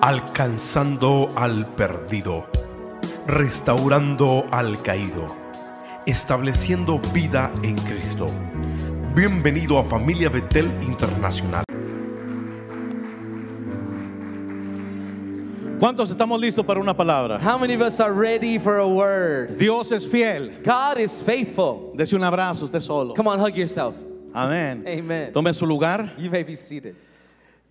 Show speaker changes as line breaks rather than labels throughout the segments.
alcanzando al perdido, restaurando al caído, estableciendo vida en Cristo. Bienvenido a Familia Betel Internacional.
¿Cuántos estamos listos para una palabra?
How many of us are ready for a word?
Dios es fiel.
God is faithful.
Dese un abrazo usted solo.
Come on, hug yourself.
Amén.
Amen.
Tome su lugar.
You may be seated.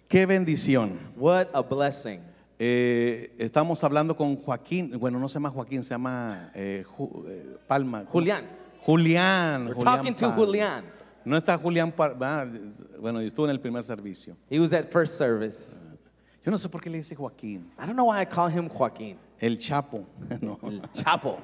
Qué bendición.
What a blessing.
Eh, estamos hablando con Joaquín. Bueno, no se llama Joaquín, se llama eh, Ju- eh, Palma.
Julián.
Julián.
We're
Julián
talking to
Palma.
Julian.
No está Julián Palma. Ah, Bueno, estuvo en el primer servicio.
He was at first service.
Yo no sé por qué le dice Joaquín.
I don't know why I call him Joaquin.
El Chapo. No.
El Chapo.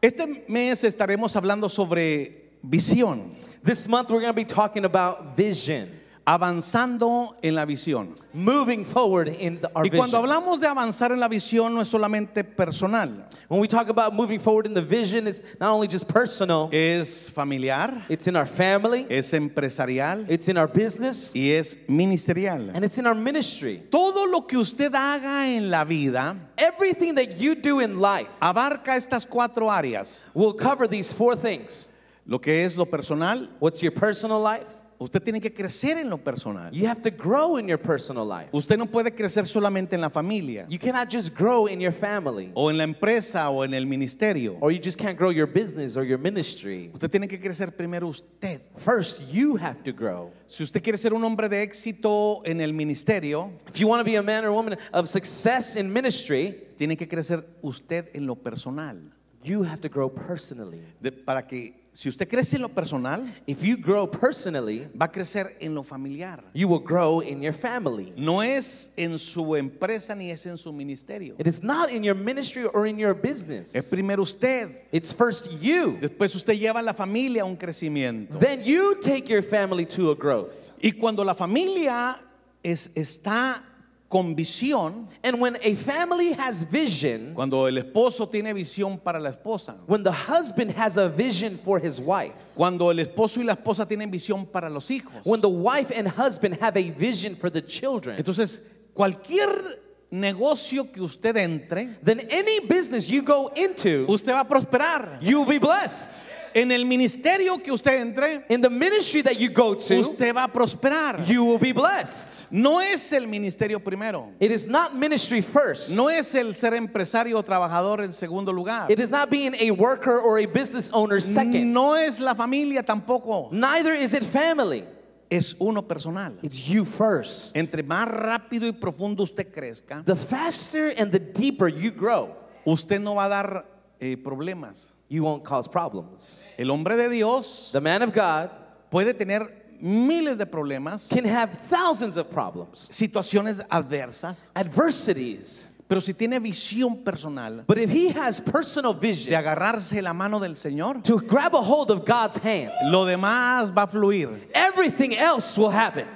Este mes estaremos hablando sobre visión.
This month we're going to be talking about vision,
Avanzando en la visión.
moving forward in the, our
Y cuando
vision.
hablamos de avanzar en la visión no es solamente personal,
When we talk about moving forward in the vision, it's not only just personal,
es familiar,
it's in our family,
es empresarial
it's in our business,
y es ministerial.
and it's in our ministry.
Todo lo que usted haga en la vida
Everything that you do in life
abarca estas cuatro áreas.
will cover these four things.
Lo que es lo personal,
What's your personal life?
usted tiene que crecer en lo personal.
You have to grow in your personal life.
Usted no puede crecer solamente en la familia
You cannot just grow in your family,
o en la empresa o en el ministerio.
or you just can't grow your business or your ministry.
Usted tiene que crecer primero usted.
First, you have to grow.
Si usted quiere ser un hombre de éxito en el ministerio,
If you want to be a man or woman of success in ministry,
tiene que crecer usted en lo personal.
you have to grow personally.
De- para que si usted crece en lo personal,
If you grow personally,
va a crecer en lo familiar.
you will grow in your family.
No es en su empresa ni es en su ministerio.
It is not in your ministry or in your business.
Es primero usted,
It's first you.
después usted lleva a la familia a un crecimiento.
Then you take your family to a growth.
Y cuando la familia es- está con visión,
And when a family has vision,
cuando el esposo tiene visión para la esposa,
when the husband has a vision for his wife,
cuando el esposo y la esposa tienen visión para los hijos,
when the wife and husband have a vision for the children,
entonces cualquier negocio que usted entre,
then any business you go into,
usted va a prosperar.
you will be blessed.
En el ministerio que usted entre,
In the ministry that you go to,
usted va a prosperar.
you will be blessed.
No es el ministerio primero.
It is not ministry first.
No es el ser empresario o trabajador en segundo lugar.
It is not being a worker or a business owner second.
No es la familia tampoco.
Neither is it family.
Es uno personal.
It's you first.
Entre más rápido y profundo usted crezca,
The faster and the deeper you grow,
usted no va a dar eh, problemas.
you won't cause problems.
El hombre de Dios
The man of God
puede tener miles de problemas,
can have thousands of problems,
situaciones adversas,
adversities.
pero si tiene visión personal
But if he has personal
de
vision
agarrarse la mano del Señor,
to grab a hold of God's hand,
lo demás va a fluir.
everything else will happen.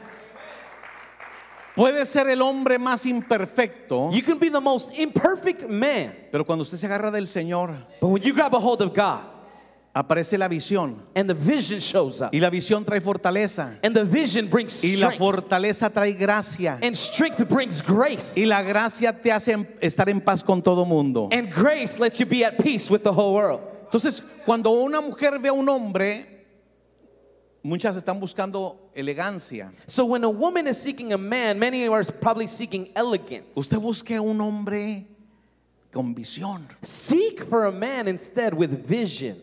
Puede ser el hombre más imperfecto,
You can be the most imperfect man,
pero cuando usted se agarra del Señor,
but when you grab a hold of God
aparece la visión.
and the vision shows up,
Y la visión trae fortaleza.
and the vision brings
Y la
strength,
fortaleza trae gracia.
and strength brings grace,
Y la gracia te hace en- estar en paz con todo mundo.
and grace lets you be at peace with the whole world.
Entonces, cuando una mujer ve a un hombre, muchas están buscando elegancia.
So when a woman is seeking a man, many are probably seeking elegance.
Usted busque a un hombre con visión.
Seek for a man instead with vision.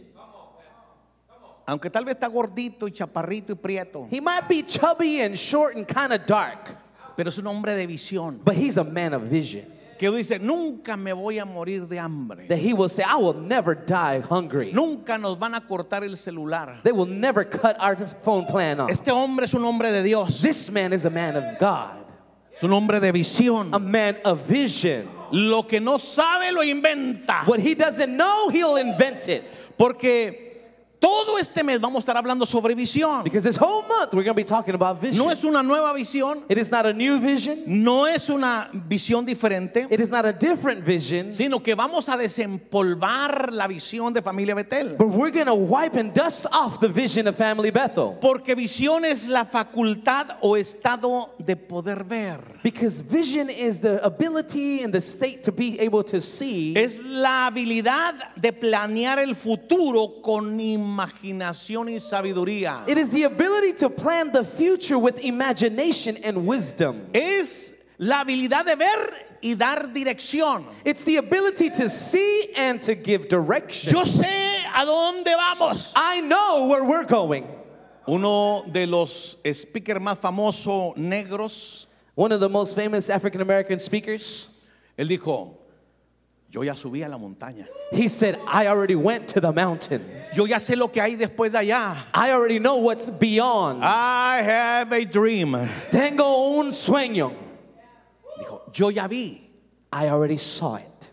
Aunque tal vez está gordito y chaparrito y prieto,
He might be chubby and short and kind of dark,
pero es un hombre de visión.
but he's a man of vision.
Que dice, nunca me voy a morir de hambre.
That he will say, I will never die hungry.
Nunca nos van a cortar el celular.
They will never cut our phone plan off.
Este hombre es un hombre de Dios,
This man is a man of God,
es un hombre de
a
visión.
man of vision.
Lo que no sabe lo inventa.
What he doesn't know, he'll invent it.
Porque Todo este mes vamos a estar hablando sobre visión.
Because this whole month we're going to be talking about vision.
No es una nueva visión,
It is not a new vision.
no es una visión diferente,
It is not a different vision.
sino que vamos a desempolvar la visión de familia Betel.
But we're going to wipe and dust off the vision of Family Bethel.
Porque visión es la facultad o estado de poder ver.
Because vision is the ability and the state to be able to see.
Es la habilidad de planear el futuro con imaginación y sabiduría.
It is the ability to plan the future with imagination and wisdom.
Es la habilidad de ver y dar dirección.
It's the ability to see and to give direction.
Yo sé a dónde vamos.
I know where we're going.
Uno de los speakers más famosos negros,
One of the most famous African American speakers,
él dijo, yo ya subí a la montaña.
he said, I already went to the mountain.
Yo ya sé lo que hay después de allá.
I already know what's beyond.
I have a dream.
Tengo un sueño.
Dijo, yo ya vi.
I already saw it.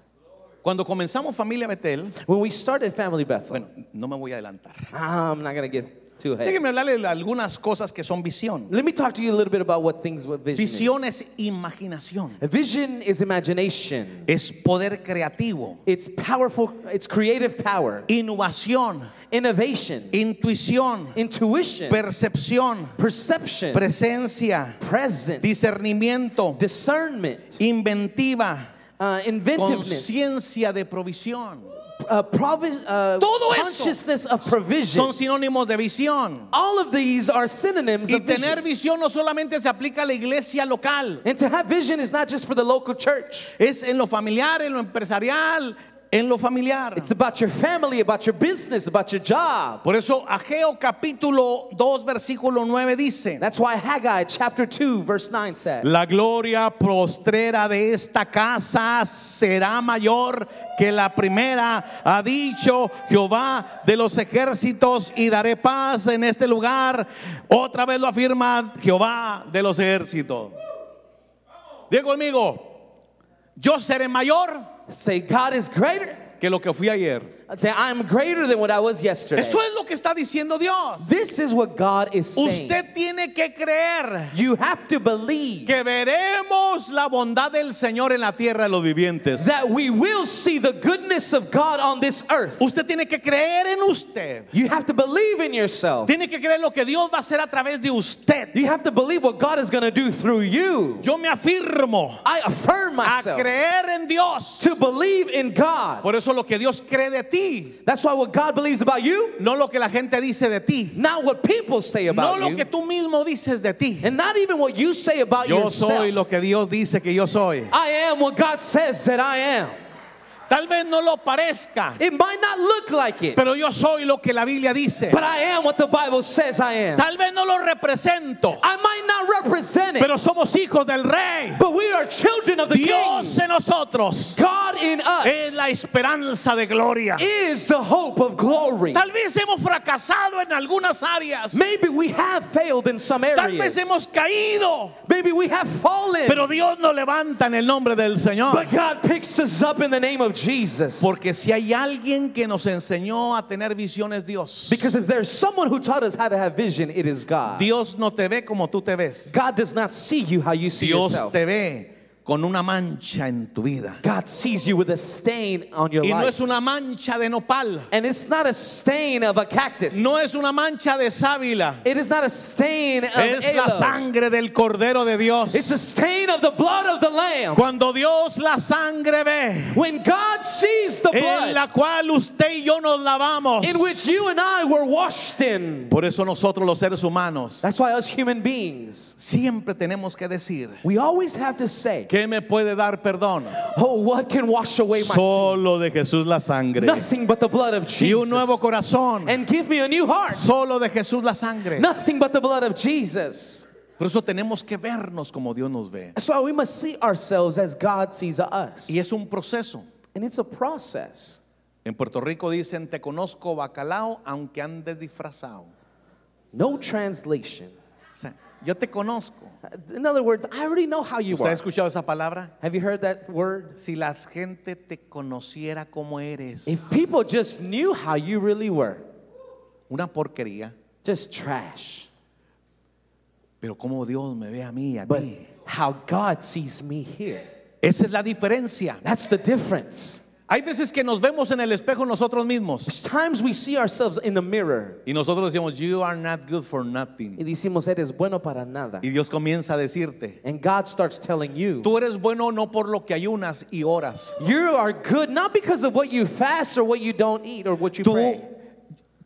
Cuando comenzamos Familia Betel,
When we started Family Bethel,
bueno, no me voy a adelantar.
I'm not going to get too ahead.
Déjenme hablarle de algunas cosas que son visión.
Let me talk to you a little bit about what things with vision is.
Visión es imaginación,
Vision is imagination.
es poder creativo,
It's powerful, it's creative power,
innovación,
innovation,
intuición,
intuition,
percepción,
perception,
presencia,
present,
discernimiento,
discernment,
inventiva,
uh, inventiveness,
conciencia de provisión.
uh, provi- uh,
Todo eso
consciousness of provision.
Son sinónimos de visión.
All of these are synonyms
Y
of
tener
vision.
visión no solamente se aplica a la iglesia local,
And to have vision is not just for the local church.
es en lo familiar, en lo empresarial, en lo familiar.
It's about your family, about your business, about your job.
Por eso Ageo capítulo 2 versículo 9 dice,
That's why Haggai chapter 2 verse 9 said,
La gloria postrera de esta casa será mayor que la primera, ha dicho Jehová de los ejércitos, y daré paz en este lugar. Otra vez lo afirma Jehová de los ejércitos. Diga conmigo, yo seré mayor
say God is greater.
que lo que fui ayer.
I'd say I'm greater than what I was yesterday.
Eso es lo que está diciendo Dios.
This is what God is saying.
Usted tiene que creer
you have to believe
que veremos la bondad del Señor en la tierra de los vivientes.
that we will see the goodness of God on this earth.
Usted tiene que creer en usted.
You have to believe in yourself.
Tiene que creer lo que Dios va a hacer a través de usted.
You have to believe what God is going to do through you.
Yo me afirmo
I affirm
a
myself
creer en Dios.
to believe in God.
Por eso lo que Dios cree de ti,
That's why what God believes about you,
no lo que la gente dice de ti,
not what people say
no
about
lo
you,
que tú mismo dices de ti.
and not even what you say about
Yo
yourself.
soy lo que Dios dice que yo soy.
I am what God says that I am.
Tal vez no lo parezca,
It might not look like it,
pero yo soy lo que la Biblia dice.
but I am what the Bible says I am.
Tal vez no lo represento,
I might not represent it,
pero somos hijos del Rey.
but we are children of the
Dios
King.
en nosotros
God in
es
us
la esperanza de gloria.
is the hope of glory.
Tal vez hemos fracasado en algunas áreas.
Maybe we have failed in some
Tal vez
areas.
hemos caído,
Maybe we have fallen.
pero Dios nos levanta en el nombre del Señor.
But God picks us up in the name of Jesus.
Porque si hay alguien que nos enseñó a tener visiones, Dios.
Because if there's someone who taught us how to have vision, it is God.
Dios no te ve como tú te ves.
God does not see you how you see
Dios
yourself.
te ve con una mancha en tu vida.
God sees you with a stain on your
Y no es
life.
una mancha de nopal.
And it's not a stain of a cactus.
No es una mancha de sábila.
It is not a stain of
Es la
aloe.
sangre del Cordero de Dios.
It's a stain of the blood of the lamb.
Cuando Dios la sangre ve,
When Oh, God sees the
en
blood
la cual usted y yo nos lavamos.
in which you and I were washed in.
Por eso nosotros los seres humanos
That's why us human beings,
siempre tenemos que decir.
we always have to say,
¿Qué me puede dar perdón?
"Oh, what can wash away my sin?
Solo de Jesús la sangre.
Nothing but the blood of
Y un
Jesus."
nuevo corazón.
And give me a new heart.
Solo de Jesús la sangre.
Nothing but the blood of Jesus.
Por eso tenemos que vernos como Dios nos ve.
That's why we must see ourselves as God sees us.
Y es un proceso.
And it's a process.
En Puerto Rico dicen, te conozco bacalao aunque andes disfrazado.
No translation.
O sea, yo te conozco.
In other words, I already know how you
¿Usted ha
are.
escuchado esa palabra?
Have you heard that word?
Si la gente te conociera como eres.
If people just knew how you really were,
una porquería.
just trash.
Pero como Dios me ve a mí, y a
But
ti.
how God sees me here.
Esa es la diferencia.
That's the difference.
Hay veces que nos vemos en el espejo nosotros mismos
There's times we see ourselves in the mirror
y nosotros decimos, You are not good for nothing.
y decimos, eres bueno para nada.
Y Dios comienza a decirte,
And God starts telling you,
Tú eres bueno no por lo que ayunas y oras.
you are good not because of what you fast or what you don't eat or what you
Tú,
pray.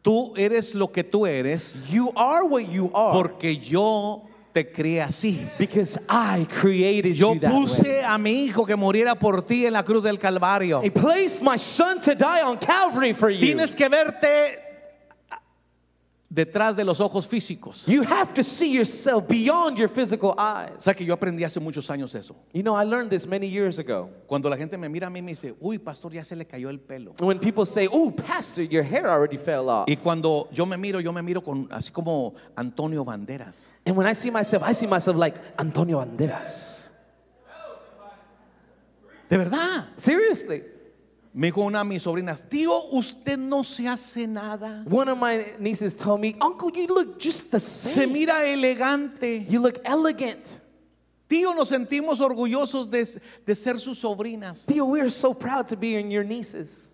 tú eres lo que tú eres
You are what you are
porque yo te crié así.
because I created
Yo
you that way.
puse a mi hijo que muriera por ti en la cruz del Calvario.
He placed my son to die on Calvary for you.
Tienes que verte detrás de los ojos físicos.
You have to see yourself beyond your physical eyes.
sea que yo aprendí hace muchos años eso.
You know, I learned this many years ago.
Cuando la gente me mira a mí me dice, uy, pastor, ya se le cayó el pelo.
When people say, Oh, Pastor, your hair already fell off.
Y cuando yo me miro, yo me miro con así como Antonio Banderas.
And when I see myself, I see myself like Antonio Banderas.
De verdad.
Seriously.
Me dijo una de mis sobrinas, tío, usted no se hace nada.
One of my nieces told me, Uncle, you look just the
Se
same.
mira elegante.
You look elegant.
Tío, nos sentimos orgullosos de, de ser sus sobrinas.
Theo, we are so proud to be in your nieces.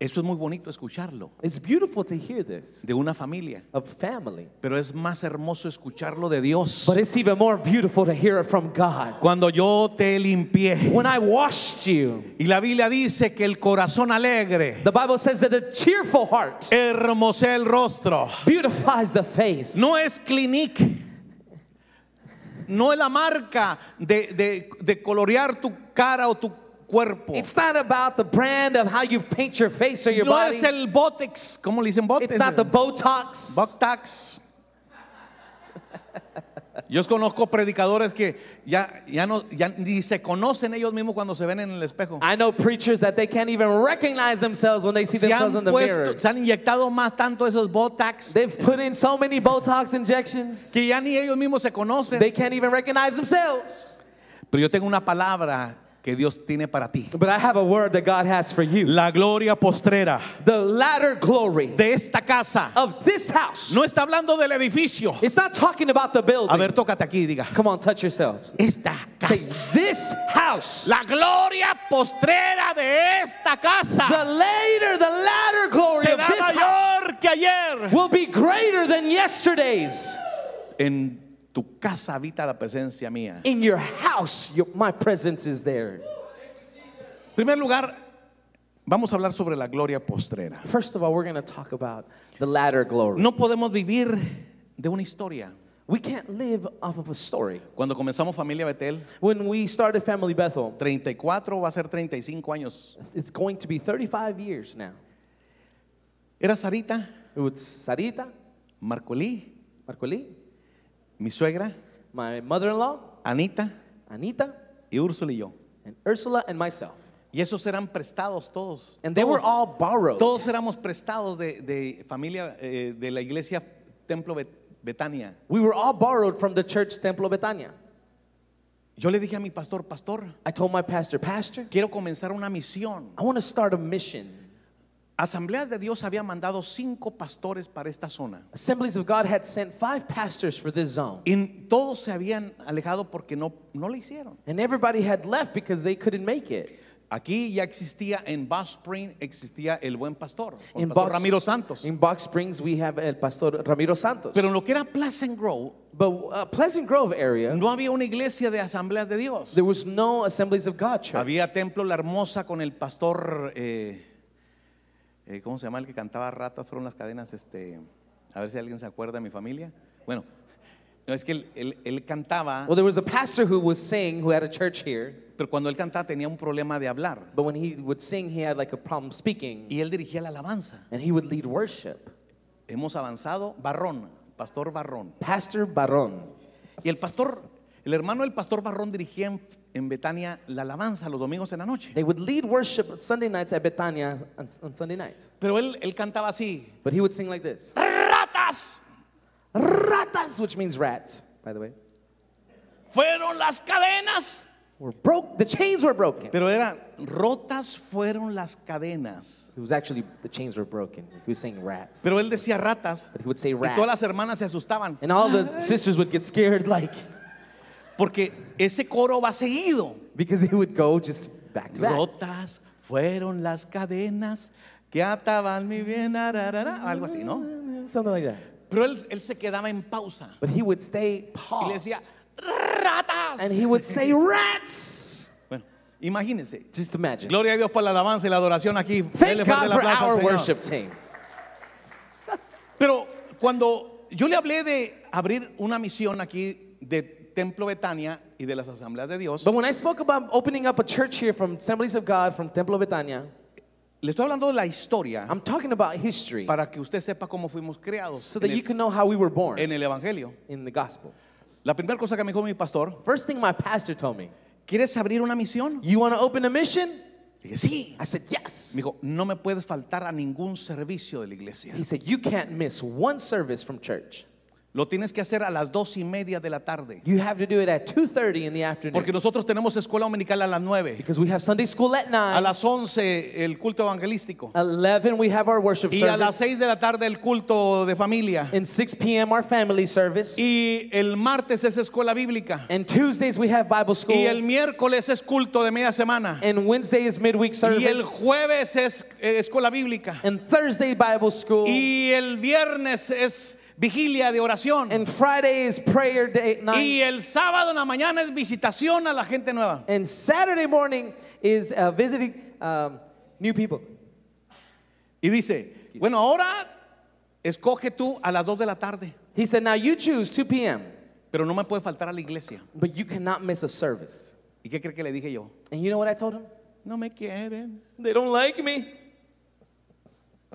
Eso es muy bonito escucharlo
It's beautiful to hear this
de una familia.
of family.
Pero es más hermoso escucharlo de Dios.
But it's even more beautiful to hear it from God.
Cuando yo te limpié.
When I washed you,
Y la Biblia dice que el corazón alegre
the Bible says that a cheerful heart
hermosea el rostro.
beautifies the face.
No es clinique. No es la marca de, de- de colorear tu cara o tu cuerpo.
It's not about the brand of how you paint your face or your
No
body.
es el botex. ¿Cómo le dicen botex?
It's not the Botox.
Botox. Yo conozco predicadores que ya, ya, no, ya ni se conocen ellos mismos cuando se ven en el espejo.
I know preachers that they can't even recognize themselves when they see
Se
themselves
han,
in the mirror.
puesto, se han inyectado más tanto esos Botox
They've put in so many Botox injections,
que ya ni ellos mismos se conocen.
they can't even recognize themselves.
Pero yo tengo una palabra que Dios tiene para ti.
But I have a word that God has for you.
La gloria postrera
The latter glory
de esta casa.
of this house.
No está hablando del edificio.
It's not talking about the building.
A ver, tócate aquí y diga.
Come on, touch yourselves.
Esta
Say,
casa.
this house.
La gloria postrera de esta
The
casa
later, the latter glory of
será
this house
mayor que ayer.
will be greater than yesterday's.
En tu casa habita la presencia mía. En
In your house, your, my presence is there.
primer lugar, vamos a hablar sobre la gloria postrera.
First of all, we're going to talk about the latter glory.
No podemos vivir de una historia.
We can't live off of a story.
Cuando comenzamos Familia Betel,
When we started Family Bethel,
34 va a ser 35 años.
it's going to be 35 years now.
Era Sarita,
It was Sarita,
Marcolí,
Marcolí,
mi suegra,
my mother-in-law,
Anita
Anita,
y Úrsula y yo.
and Ursula, and myself.
Y esos eran prestados todos.
And they were
todos,
all borrowed.
todos éramos prestados de, de familia eh, de la iglesia Templo Bet- Betania.
We were all borrowed from the church Templo Betania.
Yo le dije a mi pastor, pastor,
I told my pastor, Pastor,
quiero comenzar una misión.
I want to start a mission.
Asambleas de Dios había mandado cinco pastores para esta zona.
Assemblies of God had sent five pastors for this zone.
Y todos se habían alejado porque no, no le hicieron.
And everybody had left because they couldn't make it.
Aquí ya existía en Bass Spring, existía el buen pastor, con
In
pastor
Box-
Ramiro Santos.
In Box Springs, we have El Pastor Ramiro Santos.
Pero en lo que era Pleasant Grove,
but uh, Pleasant Grove area,
no había una iglesia de asambleas de Dios.
there was no Assemblies of God church.
Había Templo La Hermosa con el pastor, eh, eh, ¿cómo se llama el que cantaba ratas? Fueron las cadenas, este, a ver si alguien se acuerda de mi familia. Bueno, no es que él, él- él cantaba,
Well, there was a pastor who was sing who had a church here,
pero cuando él cantaba tenía un problema de hablar.
but when he would sing, he had like a problem speaking,
Y él dirigía la alabanza.
and he would lead worship.
Hemos avanzado, Barrón, pastor Barrón.
Pastor Barron.
Y el pastor, el hermano del pastor Barrón dirigía en, en Betania la alabanza los domingos en la noche.
They would lead worship on Sunday nights at Betania on, on Sunday nights,
Pero él, él cantaba así,
but he would sing like this:
ratas,
"Ratas," which means rats, by the way.
fueron las cadenas
were broke. The chains were broken.
Pero eran rotas fueron las cadenas.
It was actually the chains were broken. He was saying rats.
Pero él decía ratas.
But he would say
Y todas
rats.
las hermanas se asustaban
And all the sisters would get scared, like
porque ese coro va seguido.
because he would go just back to back.
Rotas fueron las cadenas que ataban mi bien, ararara, algo así, ¿no?
Something like that.
Pero él, él se quedaba en pausa
But he would stay
y le
paused.
decía, ratas.
And he would say rats.
Bueno, imagínense.
Just imagine.
Gloria a Dios por la alabanza y la adoración aquí. Dele fuerte
Thank God
el
for
aplauso al
our
Señor.
worship team.
Pero cuando yo le hablé de abrir una misión aquí de Templo Betania y de las asambleas de Dios,
But when I spoke about opening up a church here from Assemblies of God from Templo Betania,
le estoy hablando de la historia
I'm talking about history
para que usted sepa cómo fuimos creados
so
en
that you
el,
can know how we were born
en el Evangelio.
in the gospel.
La primera cosa que me dijo mi pastor,
First thing my pastor told me,
¿quieres abrir una misión?
you want to open a mission?
Le dije, sí.
I said, yes.
Me dijo, no me puedes faltar a ningún servicio de la iglesia.
He said, you can't miss one service from church.
Lo tienes que hacer a las dos y media de la tarde.
You have to do it at 2.30 in the afternoon
Porque nosotros tenemos escuela dominical a las nueve.
because we have Sunday school at
A
9.
las 11 el culto evangelístico.
Ah, 11, we have our worship
Y a las 6
service.
de la tarde el culto de familia.
And 6 p.m., our family service.
Y el martes es escuela bíblica.
And Tuesdays, we have Bible school.
Y el miércoles es culto de media semana.
And Wednesday is midweek
Y el
service.
jueves es eh, escuela bíblica.
And Thursday, Bible school.
Y el viernes es vigilia de oración.
And Friday is prayer day night.
Y el sábado en la mañana es visitación a la gente nueva.
And Saturday morning is uh, visiting um, new people.
Y dice, bueno, ahora escoge tú a las 2 de la tarde,
He said, now you choose 2 p.m.,
pero no me puede faltar a la iglesia.
but you cannot miss a service.
¿Y qué cree que le dije yo?
And you know what I told him?
No me quieren.
They don't like me.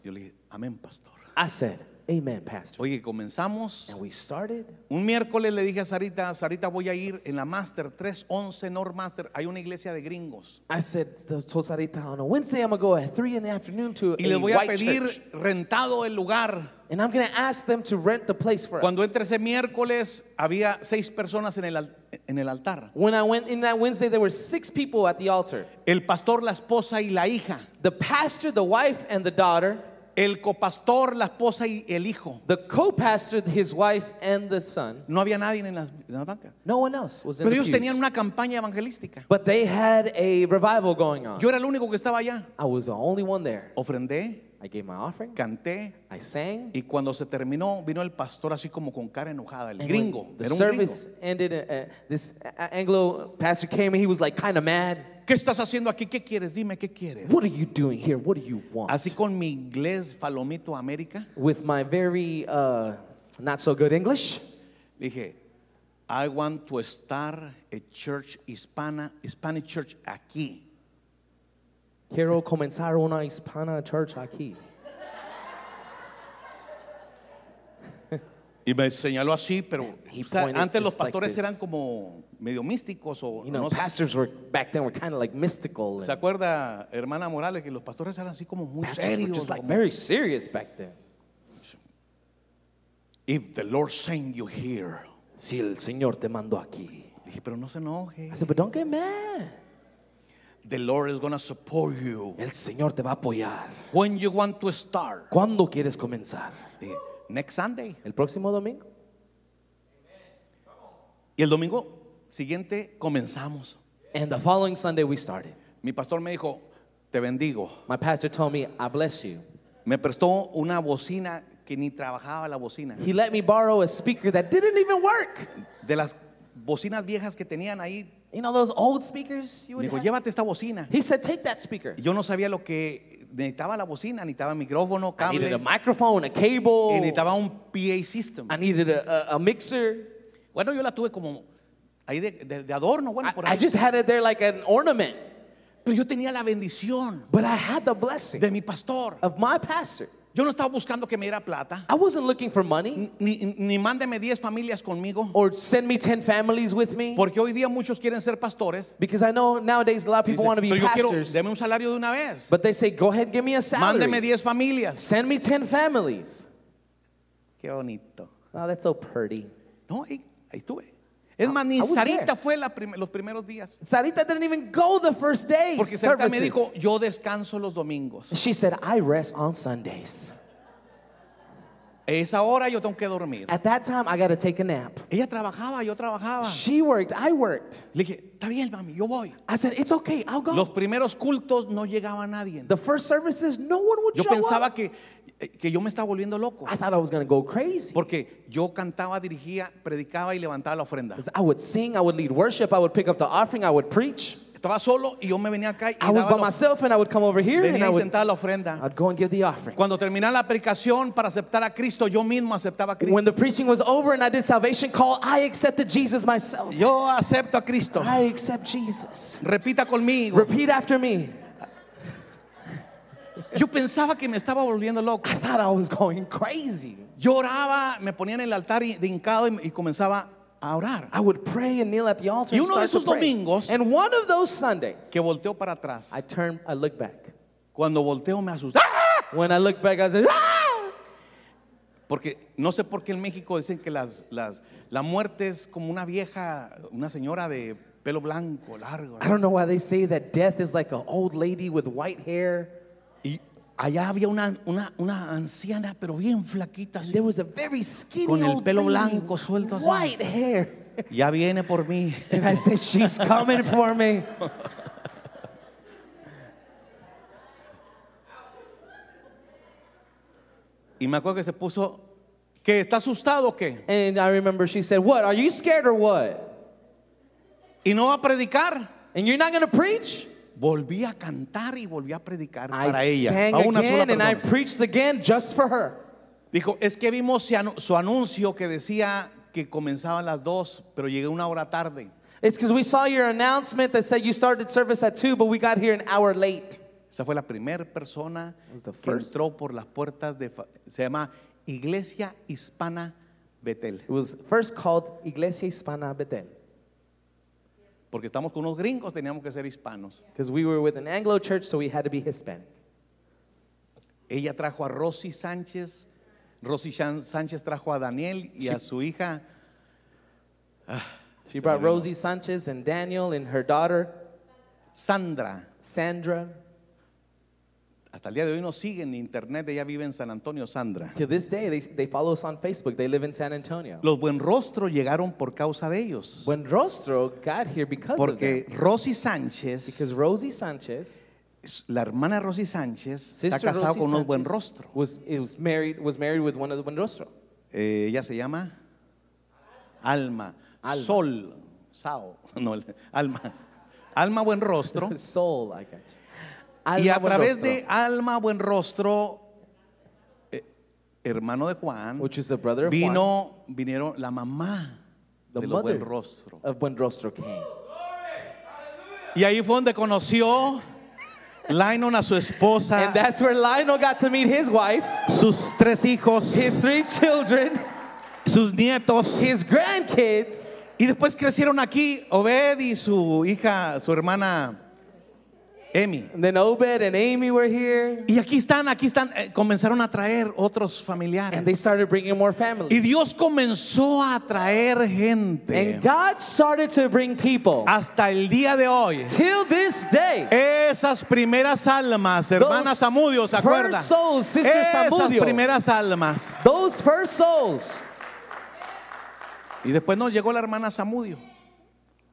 Yo le dije, amén, pastor.
I said, Amen, Pastor.
Oye, comenzamos.
And we started.
Un miércoles le dije a Sarita, Sarita voy a ir en la Master 311 North Master, hay una iglesia de gringos.
I said, to told Sarita on a Wednesday, I'm going to go at 3 in the afternoon to
Y
a
les voy a
white
pedir
church.
rentado el lugar.
And I'm going to ask them to rent the place for
Cuando
us.
entré ese miércoles había seis personas en el, al- en el altar.
When I went in that Wednesday, there were six people at the altar.
El pastor, la esposa y la hija.
The pastor, the wife, and the daughter.
El copastor, la esposa y el hijo.
The co-pastor, his wife, and the son.
No había nadie en las, en las bancas.
No one else was in
Pero
the
ellos
pews.
tenían una campaña evangelística.
But they had a revival going on.
Yo era el único que estaba allá.
I was the only one there.
Ofrendé,
I gave my offering.
canté,
I sang.
Y cuando se terminó, vino el pastor así como con cara enojada, el
And when
gringo,
The
era un
service
gringo.
ended. uh, uh, this uh, Anglo pastor came and he was like kind of mad.
¿Qué estás haciendo aquí? ¿Qué quieres? Dime, ¿qué quieres?
What are you doing here? What do you want?
Así con mi inglés falomito América,
With my very uh, not so good English,
dije, I want to start a church hispana, Hispanic church aquí.
quiero comenzar una hispana church aquí.
Y me señaló así, pero
He
o sea,
pointed
antes los
just like
pastores
this.
eran como medio místicos o
You know,
no sé.
pastors were back then were kind of like mystical.
¿Se
And
acuerda, hermana Morales, que los pastores eran así como muy
pastors were
serios?
just like
como,
very serious back then.
If the Lord sent you here.
Si el Señor te mandó aquí.
Dije, pero no se enoje.
I said, but don't get mad.
The Lord is gonna support you.
El Señor te va a apoyar.
When you want to start.
¿Cuándo quieres comenzar?
Dije, Next Sunday.
El próximo domingo.
Y el domingo siguiente comenzamos.
And the following Sunday we started.
Mi pastor me dijo, te bendigo.
My pastor told me, I bless you.
Me prestó una bocina que ni trabajaba la bocina.
He let me borrow a speaker that didn't even work.
De las bocinas viejas que tenían ahí.
You know those old speakers you
Me
would
dijo,
have?
llévate esta bocina.
He said, take that speaker.
Y Yo no sabía lo que necesitaba la bocina. Necesitaba micrófono,
I needed a
cable.
microphone, a cable.
Y necesitaba un PA system.
I needed a, a, a mixer.
Bueno, yo la tuve como ahí de, de- de adorno. Bueno,
I,
por
I
ahí.
just had it there like an ornament.
Pero yo tenía la bendición
But I had the blessing
de mi pastor.
of my pastor.
Yo no estaba buscando que me diera plata.
I wasn't looking for money
Ni, ni mándeme 10 familias conmigo.
or send me 10 families with me.
Porque hoy día muchos quieren ser pastores.
Because I know nowadays a lot of people
Dicen,
want to
pero
be
yo quiero,
pastors,
deme un salario de una vez.
but they say, go ahead, give me a
Mándeme
salary.
10 familias.
Send me 10 families.
Qué bonito.
Oh, that's so pretty.
No, ahí, ahí estuve. Es más, ni
I was
Sarita
there.
fue la prim- los primeros días.
Sarita didn't even go the first day.
Porque Sarita me
services.
dijo, yo descanso los domingos.
She said, I rest on Sundays.
A esa hora yo tengo que dormir.
At that time, I got to take a nap.
Ella trabajaba, yo trabajaba.
She worked, I worked.
Le dije, está bien, mami, yo voy.
I said, It's okay, I'll go.
Los primeros cultos no llegaba nadie.
the first services, no one would
Yo
show
pensaba
up.
que, eh, que yo me estaba volviendo loco.
I thought I was going to go crazy.
Porque yo cantaba, dirigía, predicaba y levantaba la ofrenda.
'Cause I would sing, I would lead worship, I would pick up the offering, I would preach.
Estaba solo y yo me venía acá y
I was
daba
by
la-
myself and I would come over here and I
venía y
would
sentaba la ofrenda.
I'd go and give the offering.
Cuando terminaba la predicación para aceptar a Cristo, yo mismo aceptaba a Cristo.
When the preaching was over and I did salvation call, I accepted Jesus myself.
Yo acepto a Cristo.
I accept Jesus.
Repita conmigo.
Repeat after me.
Yo pensaba que me estaba volviendo loco.
I thought I was going crazy.
Yo oraba, me ponía en el altar y- de hincado y, y comenzaba a orar.
I would pray and kneel at the altar.
Y
and
uno de
start to
esos
pray.
domingos-
and one of those Sundays,
Que volteo para atrás.
I turned, I looked back.
Cuando volteo me asusté. ¡Ah!
When I looked back, I said, ah!
Porque no sé por qué en México dicen que las, las, la muerte es como una vieja, una señora de pelo blanco, largo.
I don't know why they say that death is like an old lady with white hair.
Y allá había una, una, una anciana, pero bien flaquita. así.
There was a very skinny
Con el
old
pelo
lady
blanco
with
suelto así.
white hair.
Ya viene por mí.
And I said, she's coming for me.
Y me acuerdo que se puso, que está asustado o qué.
And I remember she said, what, are you scared or what?
Y no va a predicar.
And you're not going to preach?
Volví a cantar y volví a predicar para
I
ella,
sang
para una sola
again and I
persona.
preached again just for her.
Dijo, es que vimos su anu- su anuncio que decía que comenzaba a las dos, pero llegué una hora tarde.
It's because we saw your announcement that said you started service at 2, but we got here an hour late.
Esa fue la primera persona
Was the
que
first.
entró por las puertas de, fa- se llama Iglesia Hispana Betel,
It was first called Iglesia Hispana Betel
porque estamos con unos gringos, teníamos que ser hispanos.
because we were with an Anglo church, so we had to be Hispanic.
Ella trajo a Rosy Sánchez, Rosy Sán- Sánchez trajo a Daniel y a su hija.
She brought Rosie Sanchez and Daniel and her daughter,
Sandra,
Sandra.
hasta el día de hoy nos sigue en internet, ella vive en San Antonio, Sandra.
To this day, they, they follow us on Facebook. They live in San Antonio.
Los buen rostro llegaron por causa de ellos,
When Rostro got here because of
porque
them,
Rosy Sánchez,
because Rosie Sanchez,
la hermana Rosy Sánchez, está
sister
casada
Rosie
con unos buen
Sanchez,
rostro.
was, it was, married, was married with one of the Buen Rostro.
Eh, ella se llama Alma,
Alma.
Sol, Sao, no, el- Alma, Alma Buen Rostro.
Soul, I got you.
y
Alma
a
Buen
través
Rostro.
de Alma Buen Rostro, eh, hermano de Juan,
Which is the brother of
vino, vinieron la mamá
The
de los Buen
mother.
Rostro.
of Buen Rostro came.
Y ahí fue donde conoció Lainon a su esposa,
And that's where Lionel got to meet his wife,
sus tres hijos,
his three children,
sus nietos.
his grandkids.
Y después crecieron aquí Obed y su hija, su hermana Emi.
And then Obed and Amy were here.
Y aquí están, aquí están, eh, comenzaron a traer otros familiares.
And they started bringing more
y
families.
Dios comenzó a traer gente.
And God started to bring people.
Hasta el día de hoy.
Till this day,
Esas primeras almas, hermanas Zamudio, ¿se acuerdan?
first souls, Sister
Esas
Zamudio.
primeras almas.
those first souls.
Y después nos llegó la hermana Zamudio.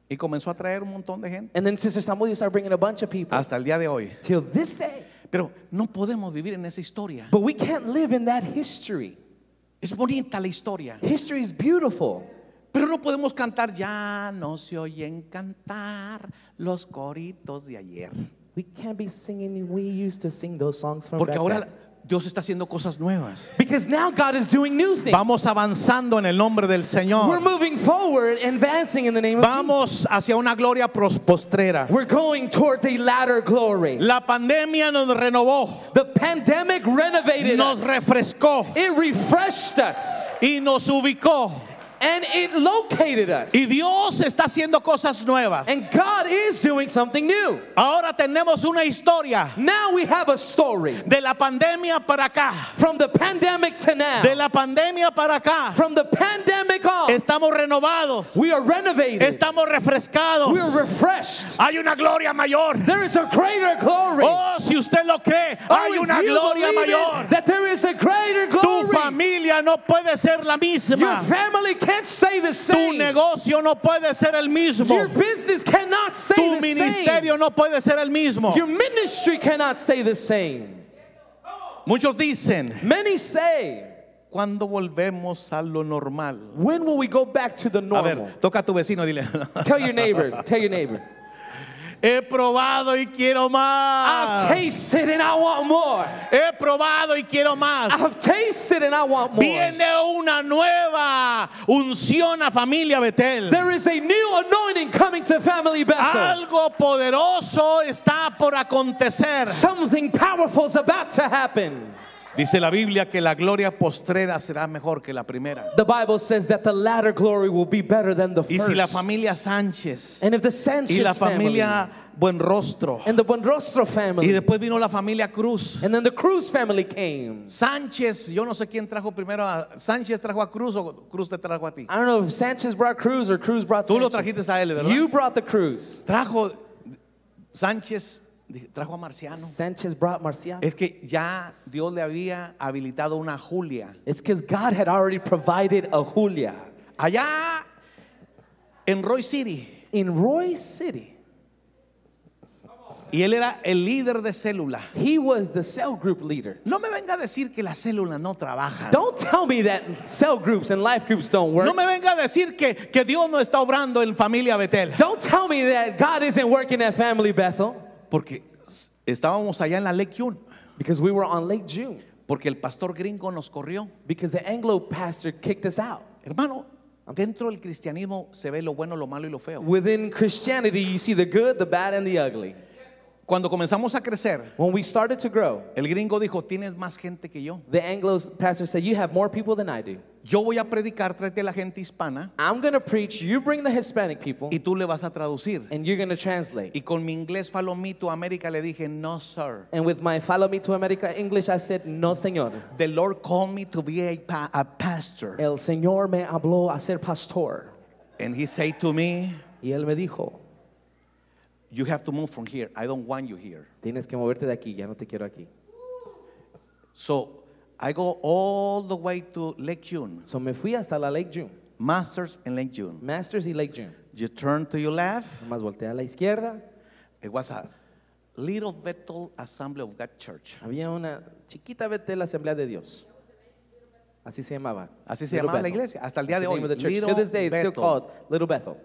Y comenzó a traer un montón de gente.
And then Sister Samuel started bringing a bunch of people.
Hasta el día de hoy.
Till this day.
Pero no podemos vivir en esa historia.
But we can't live in that history.
Es bonita la historia.
History is beautiful.
Pero no podemos cantar, ya no se oyen cantar los coritos de ayer.
We can't be singing, we used to sing those songs from
Porque
back
ahora
then.
Dios está haciendo cosas nuevas.
Because now God is doing new things.
Vamos avanzando en el nombre del
We're
Señor.
moving forward, advancing in the name of Oh,
Vamos
Jesus.
hacia una gloria pros- postrera.
We're going towards a latter glory.
La pandemia nos renovó,
The pandemic renovated
nos
us.
refrescó
It refreshed us.
y nos ubicó
And it located us.
Y Dios está haciendo cosas nuevas.
And God is doing something new.
Ahora tenemos una historia
Now we have a story
de la pandemia para acá.
from the pandemic to now.
De la pandemia para acá.
From the pandemic on,
Estamos renovados.
we are renovated.
Estamos refrescados.
We are refreshed.
Hay una gloria mayor.
There is a greater glory.
Oh, si usted lo cree, hay
Oh, if
una
you
gloria
believe it,
mayor.
That there is a greater
Tu
glory.
familia no puede ser la
Your
misma.
family can't stay the
Tu
same.
negocio no puede ser el mismo.
Your business cannot stay
Tu
the same.
ministerio no puede ser el mismo.
Your ministry cannot stay the same.
Muchos dicen,
Many say,
¿cuándo volvemos a lo normal?
when will we go back to the
A
normal?
ver, toca a tu vecino, dile.
Tell your neighbor, tell your neighbor.
He probado y quiero Ah.
I've
más.
tasted and I want more.
He probado y quiero más.
I've tasted and I want more.
Viene una nueva unción a familia Betel.
There is a new anointing coming to Family Bethel.
Algo poderoso está por acontecer.
Something powerful is about to happen.
Dice la Biblia que la gloria postrera será mejor que la primera.
The Bible says that the latter glory will be better than the
Y si la
first.
familia Sánchez
And if the
y la
Sanchez family
familia Buenrostro
and the Buenrostro
y
family
después vino la familia Cruz.
and then the Cruz family came.
Sánchez, yo no sé quién trajo primero a Sánchez trajo a Cruz o Cruz te trajo a ti.
I don't know if Sanchez brought Cruz or Cruz brought
Tú lo
Sanchez.
trajiste a él, ¿verdad?
You brought the Cruz.
Trajo Sánchez dije, trajo a Marciano.
Sanchez brought Marcial.
Es que ya Dios le había habilitado una Julia.
It's because God had already provided a Julia
Allá en Roy City.
in Roy City.
Y él era el líder de célula.
He was the cell group leader.
No me venga a decir que las células no trabajan.
Don't tell me that cell groups and life groups don't work.
No me venga a decir que, que Dios no está obrando en familia Betel.
Don't tell me that God isn't working at Family Bethel
Porque s- estábamos allá en la Lake Yun.
because we were on Lake June
Porque el pastor gringo nos corrió.
because the Anglo pastor kicked us out.
Hermano, dentro del cristianismo se ve lo bueno, lo malo y lo feo.
Within Christianity, you see the good, the bad, and the ugly.
Cuando comenzamos a crecer,
When we started to grow,
el gringo dijo, tienes más gente que yo.
the Anglo pastor said, You have more people than I do.
Yo voy a predicar, tráete a la gente hispana
I'm going to preach, you bring the Hispanic people,
y tú le vas a traducir.
and you're going to translate.
Y con mi inglés falomito América le dije, no, sir.
And with my Follow Me to America English, I said, No, señor.
The Lord called me to be a, pa- a pastor.
El Señor me habló a ser pastor.
And he said to me,
Y él me dijo,
you have to move from here. I don't want you here.
Tienes que moverte de aquí, ya no te quiero aquí.
So I go all the way to Lake June,
So me fui hasta la Lake June,
Masters and Lake June.
Masters y Lake June.
You turn to your left.
Nomás volteé a la izquierda,
It was a little Bethel Assembly of God Church.
había una chiquita vete la Asamblea de Dios. Así se llamaba.
Así se
Little
llamaba la
Bethel.
iglesia, hasta el día
That's
de
the
hoy,
name of the church.
Little
Till this day, it's still
Bethel.
called Little Bethel.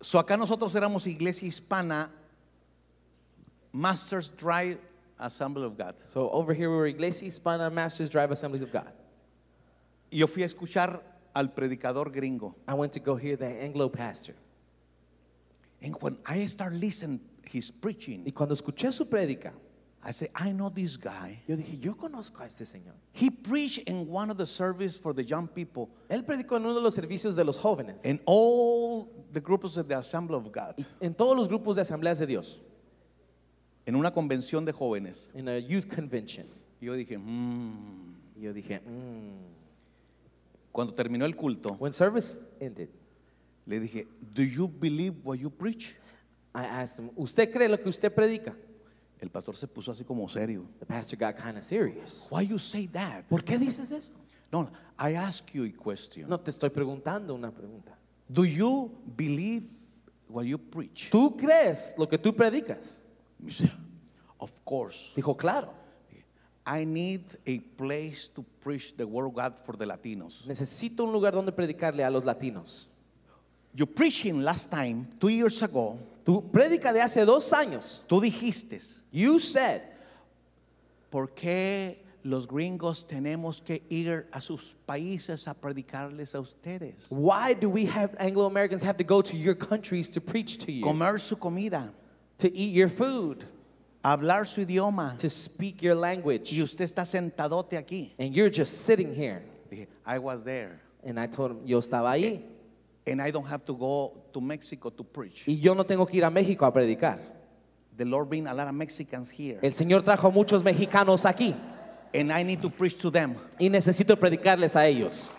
So acá nosotros éramos iglesia hispana, Masters Drive Assembly of God.
So over here we were Iglesia Hispana Masters Drive Assemblies of God.
Y yo fui a escuchar al predicador gringo.
I went to go hear the Anglo pastor.
And when I start listening his preaching,
Y cuando escuché su prédica,
I say, I know this guy.
yo dije, yo conozco a este señor.
He preached in one of the service for the young people
Él predicó en uno de los servicios de los jóvenes,
and all the groups of the Assembly of God,
en todos los grupos de asambleas de Dios,
en una convención de jóvenes.
en a youth convention.
Y Yo dije, "Mm".
Y yo dije, "Mm".
cuando terminó el culto,
When service ended,
le dije, Do you believe what you preach?
I asked him, ¿Usted cree lo que usted predica?
El pastor se puso así como serio.
The pastor got kind of serious.
Why you say that?
¿Por qué dices eso?
No, I ask you a question.
No te estoy preguntando una pregunta.
Do you believe what you preach?
¿Tú crees lo que tú predicas?
Me dice, Of course.
Dijo, claro.
I need a place to preach the word of God for the Latinos.
Necesito un lugar donde predicarle a los latinos.
You preaching last time, two years ago,
Tu prédica de hace dos años.
tú dijiste,
You said,
¿por qué los gringos tenemos que ir a sus países a predicarles a ustedes?
why do we have Anglo Americans have to go to your countries to preach to you,
Comer su comida,
to eat your food,
hablar su idioma,
to speak your language?
y usted está sentadote aquí.
and you're just sitting here.
Dije, I was there.
And I told him, yo estaba ahí
and I don't have to go to Mexico to preach.
y yo no tengo que ir a México a predicar.
The Lord bring a lot of Mexicans here,
El Señor trajo a muchos mexicanos aquí
and I need to preach to them.
y necesito predicarles a ellos.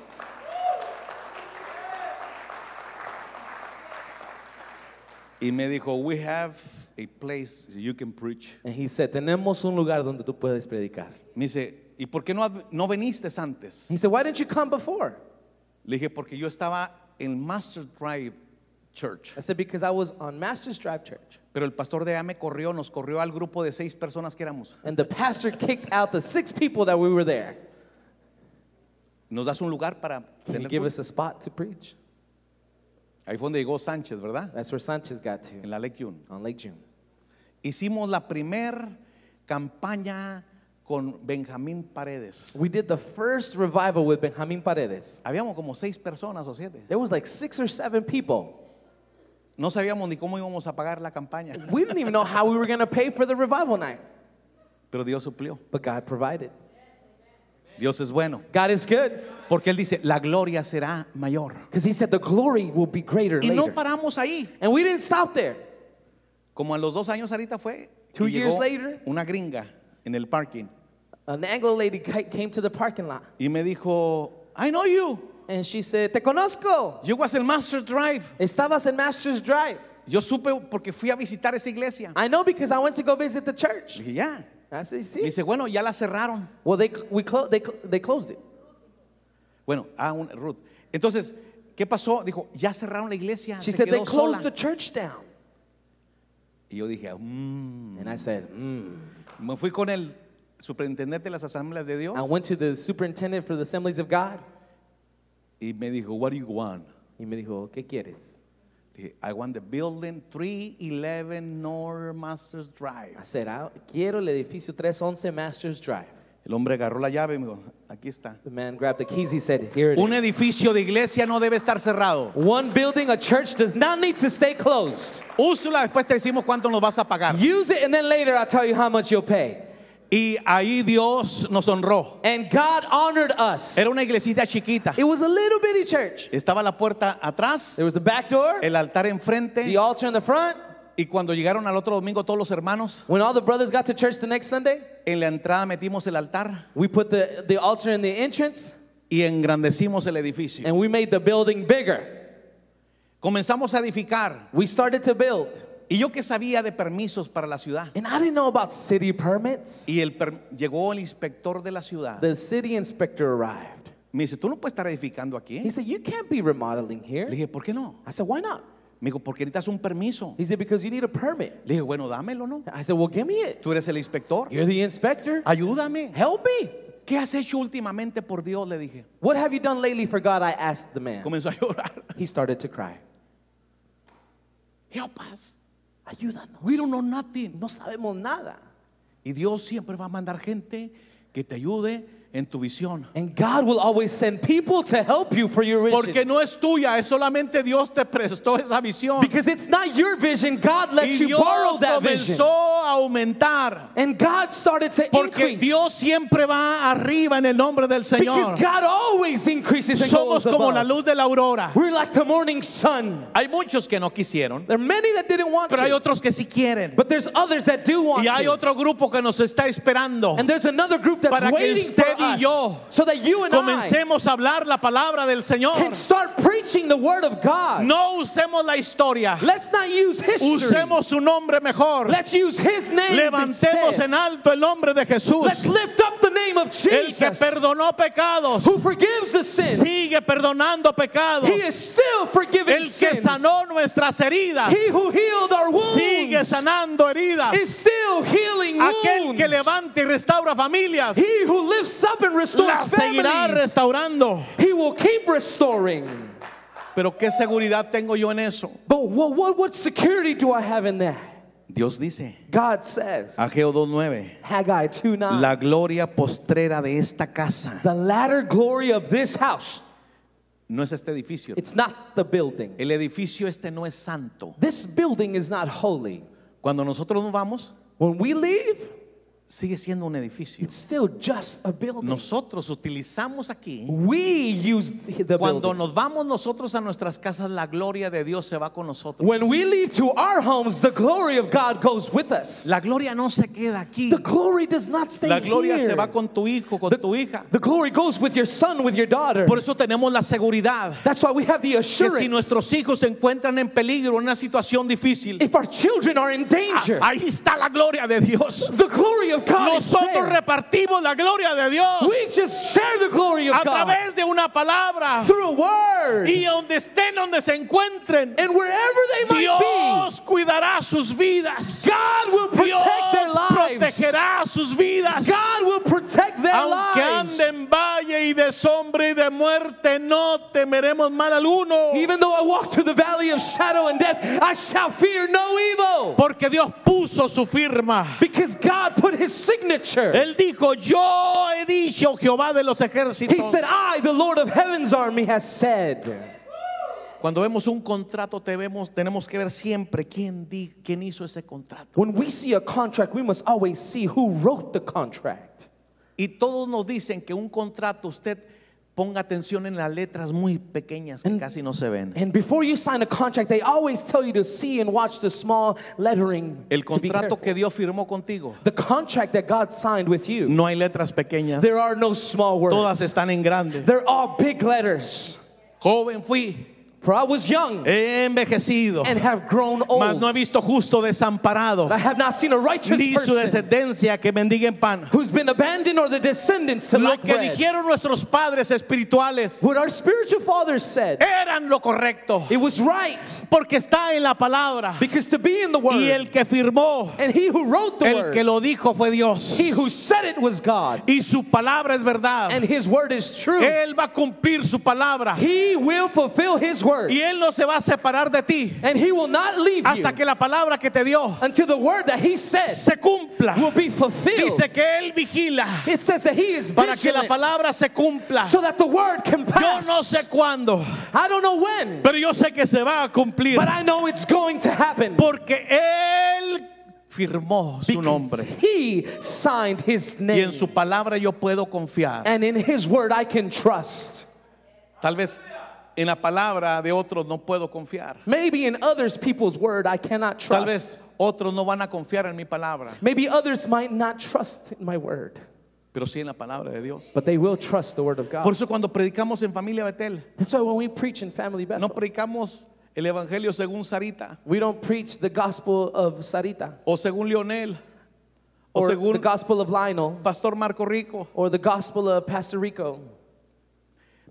Y me dijo, we have a place you can preach.
And he said, tenemos un lugar donde tú puedes predicar.
Me dice, ¿y por qué no, ad- no viniste antes?
He said, why didn't you come before?
Le dije, porque yo estaba en Master Drive Church.
I said, because I was on Master's Drive Church.
Pero el pastor de allá me corrió, nos corrió al grupo de seis personas que éramos.
And the pastor kicked out the six people that we were there.
¿Nos das un lugar para
Can you
tener
give
culto?
us a spot to preach?
Ahí fue donde llegó Sánchez, ¿verdad?
That's where Sanchez got to
En la lección.
on Lake June.
Hicimos la primer campaña con Benjamín Paredes.
We did the first revival with Benjamin Paredes.
Habíamos como seis personas o siete.
There was like six or seven people.
No sabíamos ni cómo íbamos a pagar la campaña,
We didn't even know how we were going to pay for the revival night.
pero Dios suplió.
But God provided.
Dios es bueno,
God is good
porque Él dice, la gloria será mayor.
because he said the glory will be greater
Y no
later.
paramos ahí.
And we didn't stop there.
Como a los dos años ahorita fue, y
Two years
llegó
later.
una gringa en el parking
An Anglo lady ca- came to the parking lot
y me dijo, I know you.
and she said, Te conozco.
Yo was el Master Drive.
Estabas en Master's Drive.
Yo supe porque fui a visitar esa iglesia.
I know because I went to go visit the
Le
church.
dije, ya.
I said,
Me
See?
dice, bueno, ya la cerraron.
Well, they, cl- we clo- they, cl- they closed it.
Bueno, ah, un- Ruth. Entonces, ¿qué pasó? Dijo, ya cerraron la iglesia. Ah, se
She said, They
quedó
closed
sola.
the church down.
Y yo dije, "Mm".
And I said, mm.
me fui con el superintendente de las asambleas de Dios
I went to the superintendent for the Assemblies of God.
y me dijo, what do you want?
Y me dijo, ¿qué quieres?
Dije, I want the building 311 North Masters Drive.
I said, "I- quiero el edificio 311 Masters Drive.
El hombre agarró la llave y me dijo, aquí está.
The man grabbed the keys. He said, here it
Un
is.
edificio de iglesia no debe estar cerrado.
One building, a church, does not need to stay closed.
Úsula, después te decimos cuánto nos vas a pagar.
Use it, and then later I'll tell you how much you'll pay.
Y ahí Dios nos honró.
And God honored us.
Era una iglesita chiquita.
It was a little bitty church.
Estaba la puerta atrás,
There was a back door,
el altar enfrente.
the altar in the front.
Y cuando llegaron al otro domingo todos los hermanos,
When all the brothers got to church the next Sunday,
en la entrada metimos el altar
we put the, the altar in the entrance
y engrandecimos el edificio.
and we made the building bigger.
Comenzamos a edificar.
We started to build.
Y yo que sabía de permisos para la ciudad.
And I didn't know about city permits.
Y el per- llegó el inspector de la ciudad.
The city inspector arrived.
Me dice, tú no puedes estar edificando aquí.
He said, You can't be remodeling
Le
here.
dije, ¿por qué no?
I said, Why not?
Me dijo, porque necesitas un permiso.
He said, Because you need a permit.
Le dije, bueno, dámelo, ¿no?
I said, Well, give me it.
Tú eres el inspector.
You're the inspector.
Ayúdame.
Help me.
¿Qué has hecho últimamente por Dios? Le dije.
What have you done lately for God? I asked the man.
Comenzó a llorar.
He started to cry.
Help us.
Ayúdanos.
We don't know nothing.
No sabemos nada.
Y Dios siempre va a mandar gente que te ayude en tu visión.
And God will always send people to help you for your
Porque
vision.
no es tuya, es solamente Dios te prestó esa visión.
Because it's not your vision. God
Y
let you borrow
Dios
that vision.
comenzó a aumentar.
And God started to
Porque
increase.
Dios siempre va arriba en el nombre del Señor.
Because God always increases and
Somos
goes
como
above.
la luz de la aurora.
We're like the morning sun.
Hay muchos que no quisieron,
There are many that didn't want
pero hay
to,
otros que sí quieren.
but there's others that do want
Y hay
to.
otro grupo que nos está esperando.
and there's another group that's
Para que
waiting for
usted y
us
yo
so that you and
Comencemos a hablar la palabra del
I can
Señor.
start preaching the word of God.
No usemos la historia.
Let's not use history.
Usemos su nombre mejor.
Let's use his name
Levantemos
instead.
en alto el nombre de Jesús.
Let's lift up the name of
El que
Jesus
perdonó pecados.
who forgives the sins.
sigue perdonando pecados.
He is still forgiving
El que
sins.
sanó nuestras heridas
he who healed our wounds
sigue sanando heridas.
is still healing
Aquel
wounds.
que levanta y restaura familias
he who lifts up and
la
restores
seguirá
families
restaurando.
He will keep restoring.
Pero qué seguridad tengo yo en eso.
But what, what, what security do I have in that?
Dios dice,
God says,
Ageo 2:9,
Haggai 2 9,
la gloria postrera de esta casa
the latter glory of this house.
no es este edificio.
It's not the building.
El edificio este no es santo.
This building is not holy.
Cuando nosotros nos vamos,
When we leave,
sigue siendo un edificio.
It's still just a building.
Nosotros utilizamos aquí.
We use the
Cuando
building.
nos vamos nosotros a nuestras casas, la gloria de Dios se va con nosotros.
When we leave to our homes, the glory of God goes with us.
La gloria no se queda aquí.
the glory does not stay
La gloria
here.
se va con tu hijo, con tu hija.
the glory goes with your son, with your daughter.
Por eso tenemos la seguridad
That's why we have the
que
assurance.
si nuestros hijos se encuentran en peligro, en una situación difícil,
if our children are in danger,
ahí está la gloria de Dios.
the glory of God is
Nosotros
there.
repartimos la gloria de Dios
We just share the glory of
a
God
través de una palabra
through a word.
y donde estén, donde se encuentren,
and wherever they might
Dios cuidará sus vidas.
be, God will
Dios
protect their lives.
protegerá sus vidas.
God will protect their
Aunque
lives.
ande en valle y de sombra y de muerte, no temeremos mal alguno.
Even though I walk through the valley of shadow and death, I shall fear no evil.
Porque Dios puso su firma.
Because God put his signature.
Él dijo, yo he dicho Jehová de los
He
ejércitos.
said, I, the Lord of heaven's army, has said.
Cuando vemos un contrato, te vemos- tenemos que ver siempre quién, di- quién hizo ese contrato.
When we see a contract, we must always see who wrote the contract.
Y todos nos dicen que un contrato, usted ponga atención en las letras muy pequeñas que casi no se ven.
And before you sign a contract, they always tell you to see and watch the small lettering.
El
to be
contrato
careful.
que Dios firmó contigo,
the contract that God signed with you,
no hay letras pequeñas.
there are no small words.
Mm. Todas están en grande.
They're all big letters.
Joven fui,
For I was young
he envejecido,
and have grown
Eh. mas
old.
no he visto justo desamparado,
I have not seen a
ni
righteous
su
person
descendencia que mendigue en pan.
who's been abandoned or the descendants to
Lo
lack
que
bread.
dijeron nuestros padres espirituales
What our spiritual fathers said,
eran lo correcto,
it was right
porque está en la palabra.
because to be in the word,
Y el que firmó,
and he who wrote the
el
word,
que lo dijo fue Dios.
he who said it was God,
Y su palabra es verdad.
and his word is true.
Él va a cumplir su palabra.
He will fulfill his word,
Y Él no se va a separar de ti
and he will not leave
hasta
you
que la palabra que te dio
until the word that he said
se cumpla.
will be fulfilled.
Dice que Él vigila
it says that he is
para que la
vigilant
palabra se cumpla.
so that the word can
Yo
pass.
no sé cuándo,
I don't know when,
pero yo sé que se va a cumplir
but I know it's going to happen.
porque Él firmó su
Because
nombre.
He signed his
Y
name.
en su palabra yo puedo confiar.
and in his word I can trust.
Tal vez en la palabra de otros no puedo confiar.
Maybe in others people's word I cannot trust.
Tal vez otros no van a confiar en mi palabra,
Maybe others might not trust in my word,
pero sí en la palabra de Dios.
but they will trust the word of God.
Por eso cuando predicamos en familia Betel,
That's why when we preach in Family Bethel,
no predicamos el evangelio según Sarita
we don't preach the gospel of Sarita
o según Lionel o
or the
según
gospel of Lionel
pastor Marco Rico.
or the gospel of Pastor Rico.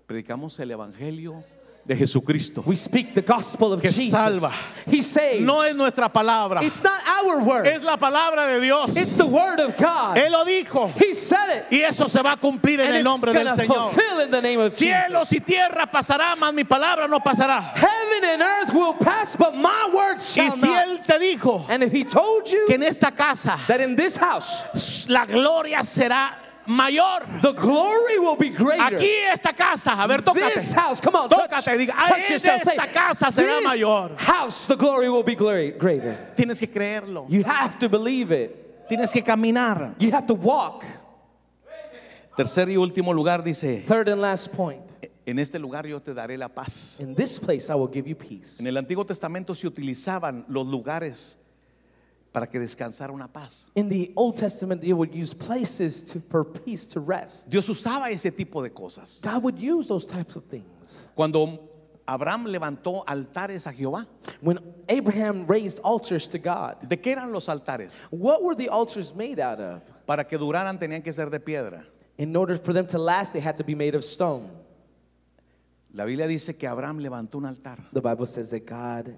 Predicamos el evangelio de Jesucristo.
We speak the gospel of
Que
Jesus.
salva.
He saves.
No es nuestra palabra,
it's not our word.
es la palabra de Dios.
it's the word of God.
Él lo dijo
he said it.
y eso se va a cumplir en
and
el nombre
it's
del
gonna
Señor.
fulfill in the name of Jesus.
Cielos y tierra pasará, mas mi palabra no pasará.
Heaven and earth will pass, but my word
Y
shall
si
not.
Él te dijo
And if he told you
que en esta casa
that in this house
la gloria será mayor.
the glory will be greater,
Aquí esta casa, a ver, tócate.
this house, come on, touch,
Tócate, diga, "Ah,
touch
en
yourself, say,
esta casa será
this
mayor."
house, the glory will be great, greater.
Tienes que creerlo.
You have to believe it.
Tienes que caminar.
You have to walk.
Tercer y último lugar dice,
Third and last point.
en este lugar yo te daré la paz.
In this place I will give you peace.
En el Antiguo Testamento se utilizaban los lugares para que descansara una paz.
In the Old Testament, they would use places to, for peace to rest.
Dios usaba ese tipo de cosas.
God would use those types of things.
Cuando Abraham levantó altares a Jehová,
When Abraham raised altars to God,
¿de qué eran los altares?
what were the altars made out of?
Para que duraran tenían que ser de piedra.
In order for them to last, they had to be made of stone.
La Biblia dice que Abraham levantó un altar,
The Bible says that God,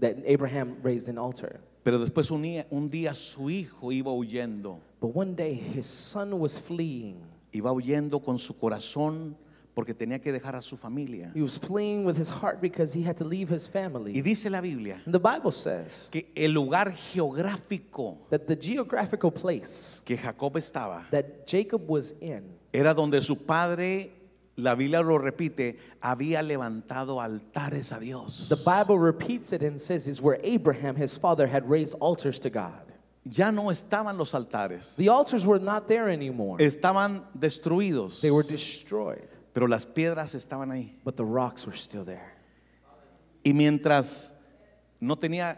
that Abraham raised an altar.
pero después un día, un día su hijo iba huyendo.
But one day his son was fleeing.
Iba huyendo con su corazón porque tenía que dejar a su familia.
He was fleeing with his heart because he had to leave his
Y
family.
dice la Biblia
And the Bible says
que el lugar geográfico
that the geographical place
que Jacob estaba
that Jacob was in
era donde su padre, la Biblia lo repite, había levantado altares a Dios.
The Bible repeats it and says is where Abraham, his father, had raised altars to God.
Ya no estaban los altares.
The altars were not there anymore,
Estaban destruidos.
they were destroyed,
Pero las piedras estaban ahí.
but the rocks were still there.
Y mientras no tenía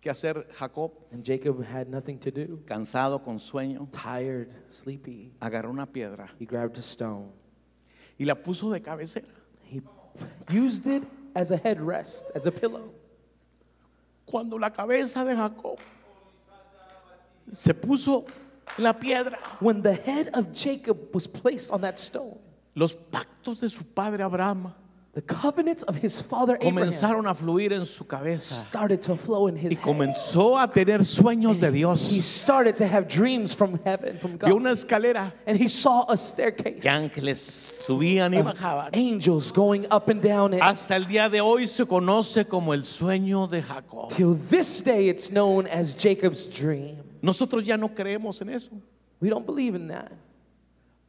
que hacer Jacob,
And Jacob had nothing to do,
cansado, con sueño,
tired, sleepy.
agarró una piedra
He grabbed a stone.
y la puso de cabecera.
He used it as a headrest, as a pillow.
Cuando la cabeza de Jacob se puso en la piedra,
When the head of Jacob was placed on that stone,
los pactos de su padre Abraham
the covenants of his father Abraham
comenzaron a fluir en su cabeza
started to flow in his
y
head.
comenzó a tener sueños de
He
Dios.
started to have dreams from heaven, from
Vio
God.
una escalera
And he saw a staircase
que ángeles subían y
of
bajaban.
angels going up and down it.
Hasta el día de hoy se conoce como el sueño de Jacob.
Till this day, it's known as Jacob's dream.
Nosotros ya no creemos en eso.
We don't believe in that.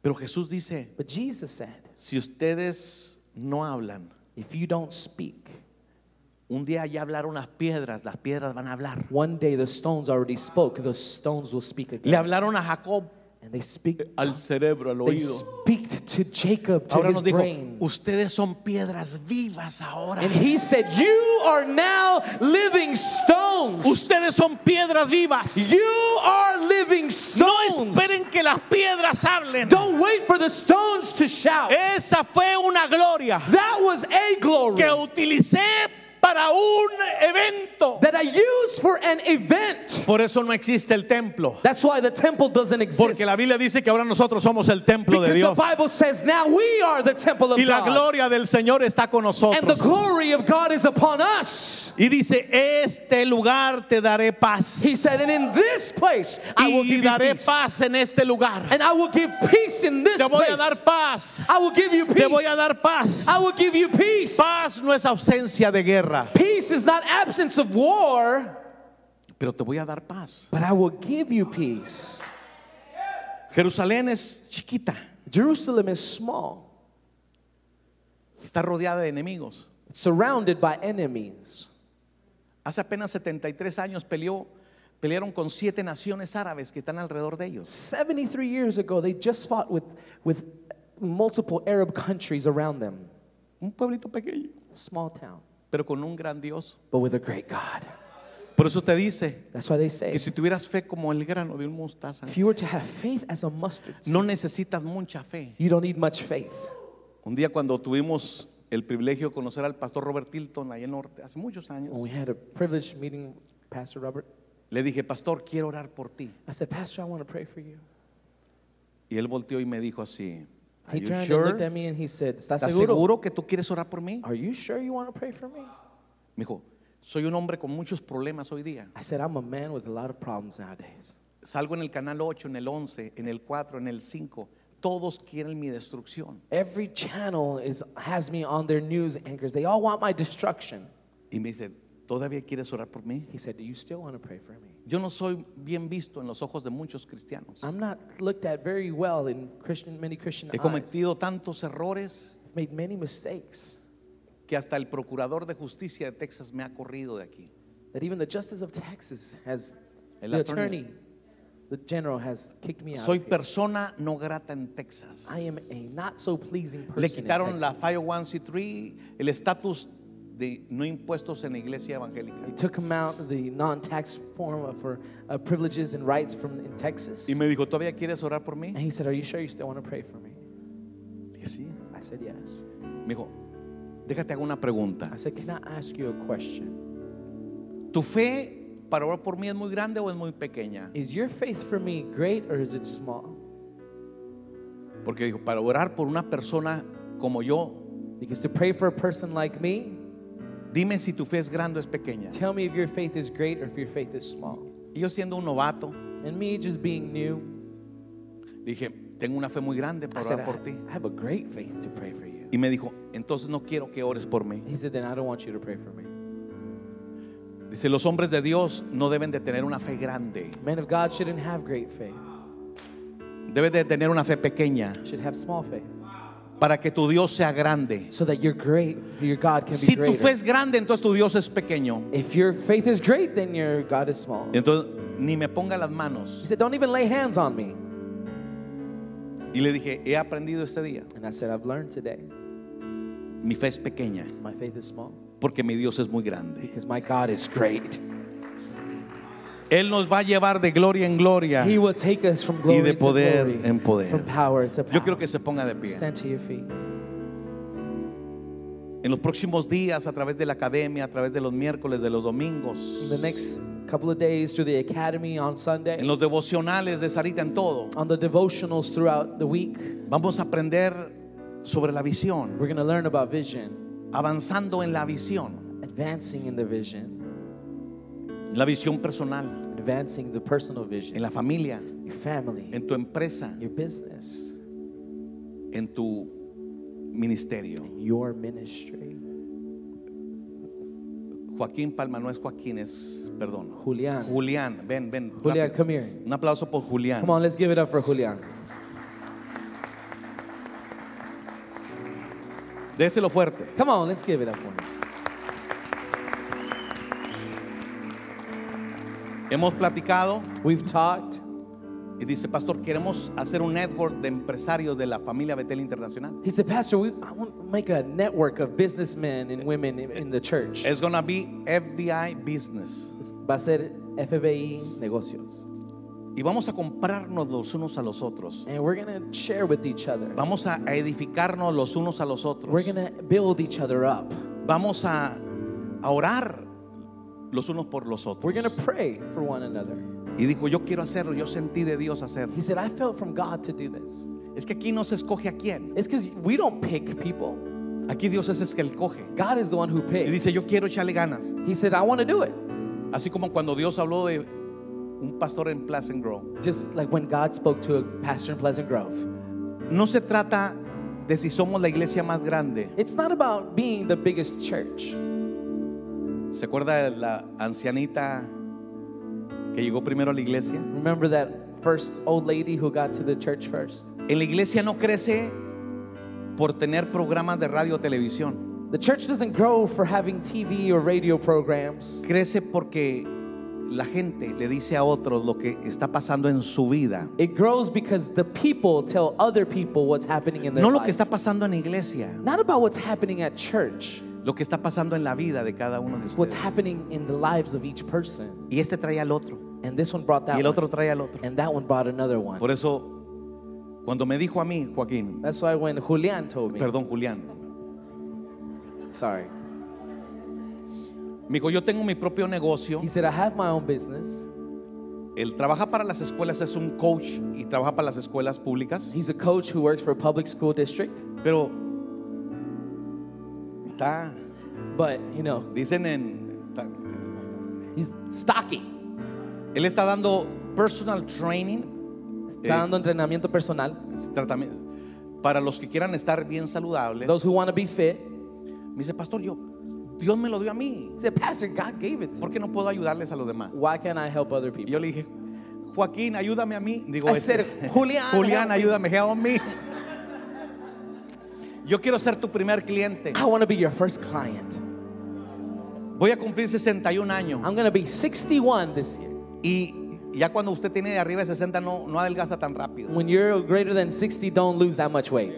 Pero Jesús dice,
But Jesus said,
si ustedes no hablan,
if you don't speak,
un día ya hablaron las piedras, las piedras van a hablar.
one day the stones already spoke, the stones will speak
Le
again.
hablaron a Jacob
And they speak
al cerebro, al
They
oído.
speak to Jacob, to
Ahora
his
nos dijo,
brain.
ustedes son piedras vivas ahora.
And he said, You are now living stones.
Ustedes son piedras vivas.
You are living
No
stones.
esperen que las piedras hablen.
Don't wait for the stones to shout.
Esa fue una gloria
That was a glory
que utilicé para un evento.
that I used for an event.
Por eso no existe el templo.
That's why the temple doesn't exist.
Porque la Biblia dice que ahora nosotros somos el templo de
Because the
Dios.
Bible says now we are the temple of
Y la
God.
gloria del Señor está con
And the
nosotros.
glory of God is upon us.
Y dice, este lugar te daré paz.
He said, And in this place I will
Y
give you
daré
peace.
paz en este lugar.
And I will give peace in this
Te voy a
place.
dar paz.
I will give you peace.
Te voy a dar paz.
I will give you peace.
Paz no es ausencia de guerra,
Peace is not absence of war,
pero te voy a dar paz.
but I will give you peace.
Jerusalén es chiquita.
Jerusalem is small,
Está rodeada de enemigos.
surrounded by enemies.
Hace apenas 73 años peleó, pelearon con siete naciones árabes que están alrededor de ellos.
73 years ago, they just fought with, with multiple Arab countries around them.
Un pueblito pequeño,
Small town,
pero con un gran Dios.
but with a great God.
Por eso te dice
That's why they say
que si tuvieras fe como el grano de un mostaza,
if you were to have faith as a mustard seed,
no necesitas mucha fe.
you don't need much faith.
Un día cuando tuvimos el privilegio de conocer al pastor Robert Tilton allá en Norte, hace muchos años,
When we had a privileged meeting with Pastor Robert,
le dije, pastor, quiero orar por ti.
I said, Pastor, I want to pray for you.
Y él volteó y me dijo así, "Are
He
you
turned and looked
sure?
at me and he said, ¿Estás
¿Estás
seguro?
seguro que tú quieres orar por mí?
Are you sure you want to pray for me?
Me dijo, soy un hombre con muchos problemas hoy día.
I said, I'm a man with a lot of problems nowadays.
Salgo en el canal 8, en el 11, en el 4, en el 5. Todos quieren mi destrucción.
Every channel is, has me on their news anchors. They all want my destruction.
Y me dice, ¿todavía quieres orar por mí?
He said, Do you still want to pray for me?
Yo no soy bien visto en los ojos de muchos cristianos.
I'm not looked at very well in Christian, many Christian
He
eyes.
cometido tantos errores
Made many mistakes
que hasta el procurador de justicia de Texas me ha corrido de aquí.
that even the justice of Texas has,
El
the
attorney.
attorney, the general has kicked me out.
Soy
of here.
persona no grata en Texas.
I am a not so pleasing person.
Le
in
quitaron la
Texas.
501c3, el estatus de no impuestos en la iglesia evangélica.
They took him out the non-tax form of- for uh, privileges and rights from in Texas.
Y me dijo, ¿todavía quieres orar por mí?
And he said, Are you sure you still want to pray for me?
Dije, sí.
I said, Yes.
Me dijo, déjate hago una pregunta.
I said, Can I ask you a question?
¿Tu fe para orar por mí es muy grande o es muy pequeña?
Is your faith for me great or is it small?
Porque dijo, para orar por una persona como yo,
Because to pray for a person like me,
dime si tu fe es grande o es pequeña.
tell me if your faith is great or if your faith is small.
Y yo siendo un novato,
And me just being new,
dije, tengo una fe muy grande
I
para
said,
orar
I,
por ti.
I have a great faith to pray for you.
Y me dijo, entonces no quiero que ores por mí.
He said, Then I don't want you to pray for me.
Dice, los hombres de Dios no deben de tener una fe grande,
Men of God shouldn't have great faith,
deben de tener una fe pequeña
should have small faith.
para que tu Dios sea grande.
So that your great, your God can be
Si tu
greater.
fe es grande, entonces tu Dios es pequeño.
If your faith is great, then your God is small.
Entonces ni me ponga las
He
manos.
said, Don't even lay hands on me.
Y le dije, he aprendido este día.
And I said, I've learned today.
Mi fe es pequeña
My faith is small
porque mi Dios es muy grande.
because my God is great.
Él nos va a llevar de gloria en gloria.
He will take us from glory
de poder
to glory,
en poder.
from power to power.
Yo quiero que se ponga de pie.
Stand to your feet.
En los próximos días, a través de la academia, a través de los miércoles, de los
In
domingos,
the next couple of days through the academy on Sunday,
en los devocionales de Sarita, en todo,
on the devotionals throughout the week,
vamos a aprender sobre la visión,
we're going to learn about vision,
avanzando en la visión,
advancing in the vision,
en la visión personal,
advancing the personal vision,
en la familia,
your family,
en tu empresa,
your business,
en tu ministerio.
your ministry.
Joaquín Palma, no es Joaquín, es, perdón.
Julián.
Julián, ven, ven.
Julián,
rápido.
come here.
Un aplauso por Julián.
Come on, let's give it up for Julian.
Déselo fuerte.
Come on, let's give it up for him.
Hemos platicado
We've talked.
y dice, pastor, queremos hacer un network de empresarios de la familia Betel Internacional.
He said, Pastor, we, I want to make a network of businessmen and women in, in the church.
Es gonna be FDI Business.
Va a ser FBI Negocios.
Y vamos a comprarnos los unos a los otros.
And we're going to share with each other.
Vamos a edificarnos los unos a los
We're
otros.
going to build each other up.
Vamos a, a orar los unos por los
We're going
otros.
to pray for one another.
Y dijo, yo quiero hacerlo, yo sentí de Dios hacerlo.
He said, I felt from God to do this.
Es que aquí no se escoge a quién.
It's because we don't pick people,
Aquí Dios es el que escoge.
God is the one who
Y
picks.
dice, yo quiero echarle ganas.
He said, I want to do it.
Así como cuando Dios habló de un pastor en Pleasant Grove.
Just like when God spoke to a pastor in Pleasant Grove.
No se trata de si somos la iglesia más grande.
It's not about being the biggest church.
¿Se acuerda de la ancianita que llegó primero a la iglesia?
Remember that first old lady who got to the church first?
En la iglesia no crece por tener programas de radio o televisión.
The church doesn't grow for having TV or radio programs.
Crece porque la gente le dice a otros lo que está pasando en su vida.
It grows because the people tell other people what's happening in their
No lo
life.
que está pasando en la iglesia,
Not about what's happening at church,
lo que está pasando en la vida de cada uno de
what's
ustedes.
happening in the lives of each person.
Y este trae al otro.
And this one brought that
Y el otro
one,
trae al otro.
and that one brought another one.
Por eso, cuando me dijo a mí, Joaquín,
That's why when Julian told me,
perdón, Julián,
sorry,
me dijo, yo tengo mi propio negocio.
he said, I have my own business.
Él trabaja para las escuelas, es un coach y trabaja para las escuelas públicas,
He's a coach who works for a public school district,
pero está,
but you know,
dicen en, está-
he's stocky.
él está dando personal training,
Está dando entrenamiento personal.
es tratamiento, para los que quieran estar bien saludables.
Those who want to be fit.
Me dice, pastor, yo, Dios me lo dio a mí,
He said, Pastor, God gave it to me.
¿por qué no puedo ayudarles a los demás?
Why can't I help other
Y
people?
yo le dije, Joaquín, ayúdame a mí. Digo,
I
este,
said, "Julián,
Julián,
help me."
ayúdame, help me. Yo quiero ser tu primer cliente.
I want to be your first client.
Voy a cumplir 61 años.
I'm going to be 61 this year.
Y ya cuando usted tiene de arriba de 60 no, no adelgaza tan rápido.
When you're greater than 60, don't lose that much weight.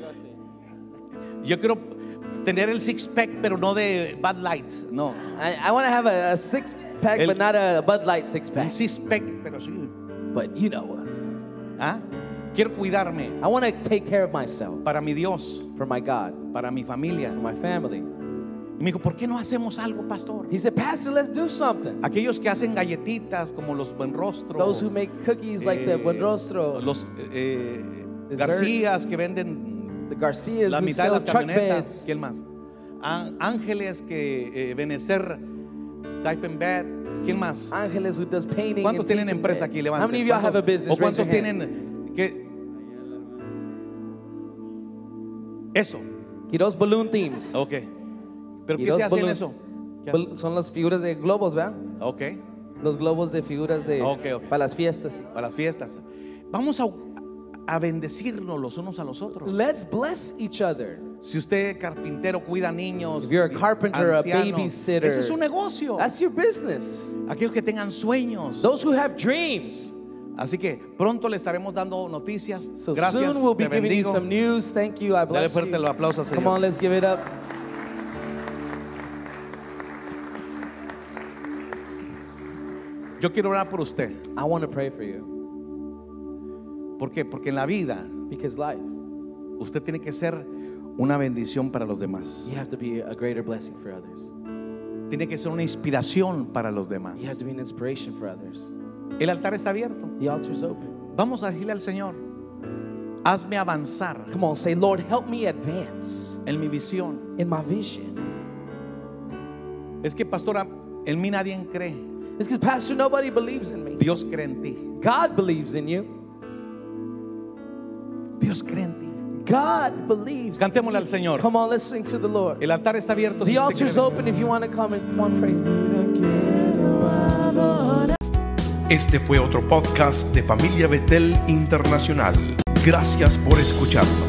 Yo quiero tener el six pack, pero no de Bad Light, no.
I, I want to have a, a six pack,
El-
but not a Bud Light six
Un
pack.
six pack, pero sí.
But you know,
¿ah? Quiero cuidarme
uh, I want to take care of myself
para mi Dios,
for my God,
para mi familia.
for my family.
Y me dijo, ¿por qué no hacemos algo, pastor?
He said, Pastor, let's do something.
Aquellos que hacen galletitas como los Buen Rostro,
Those who make cookies like the
eh,
Buen Rostro,
los eh,
Desserts.
Garcías que venden
the Garcias
la
who
mitad de
sell
las
truck
camionetas.
beds,
¿Quién más? Á- Ángeles que eh, Benecer, Type and Bad. ¿Quién más?
Ángeles who does painting.
¿Cuántos
and
tienen
painting
empresa
beds.
aquí?
How many
Levanten.
of y'all have a business?
¿O
Raise
cuántos
your hand.
tienen que eso?
Y dos balloon themes.
Ok. Pero
Y
¿qué
dos
se hace en
balloons.
eso? ¿Qué
Bal- Son las figuras de globos, ¿verdad?
ha- Ok.
Los globos de figuras de
Ok, ok.
para las fiestas. sí.
Para las fiestas. Vamos a a bendecirnos los unos a los otros.
Let's bless each other.
Si usted es carpintero, cuida niños,
If you're a carpenter, a
ancianos,
babysitter,
ese es su negocio.
That's your business.
Aquellos que tengan sueños.
Those who have dreams.
Así que pronto le estaremos dando noticias.
So
Gracias,
soon we'll be
te
giving
bendigo.
you some news. Thank you. I bless
fuerte
you.
los aplausos al Señor.
Come on, let's give it up.
Yo quiero orar por usted.
I want to pray for you
¿Por qué? Porque en la vida
because life,
usted tiene que ser una bendición para los demás.
you have to be a greater blessing for others.
Tiene que ser una inspiración para los
You have
demás.
to be an inspiration for others.
El altar está abierto.
The altar's open.
Vamos a decirle al Señor, hazme avanzar
Come on, say, Lord, help me advance
en mi visión.
in my vision.
Es que, pastora, en mí nadie cree.
It's because, Pastor, nobody believes in me.
Dios cree en ti.
God believes in you.
Dios cree en ti.
God believes.
Cantémosle al Señor.
Come on, let's sing to the Lord.
El altar está abierto. si
The
usted quiere venir.
altar's open if you want to come and want to pray.
Este fue otro podcast de Familia Betel Internacional. Gracias por escucharnos.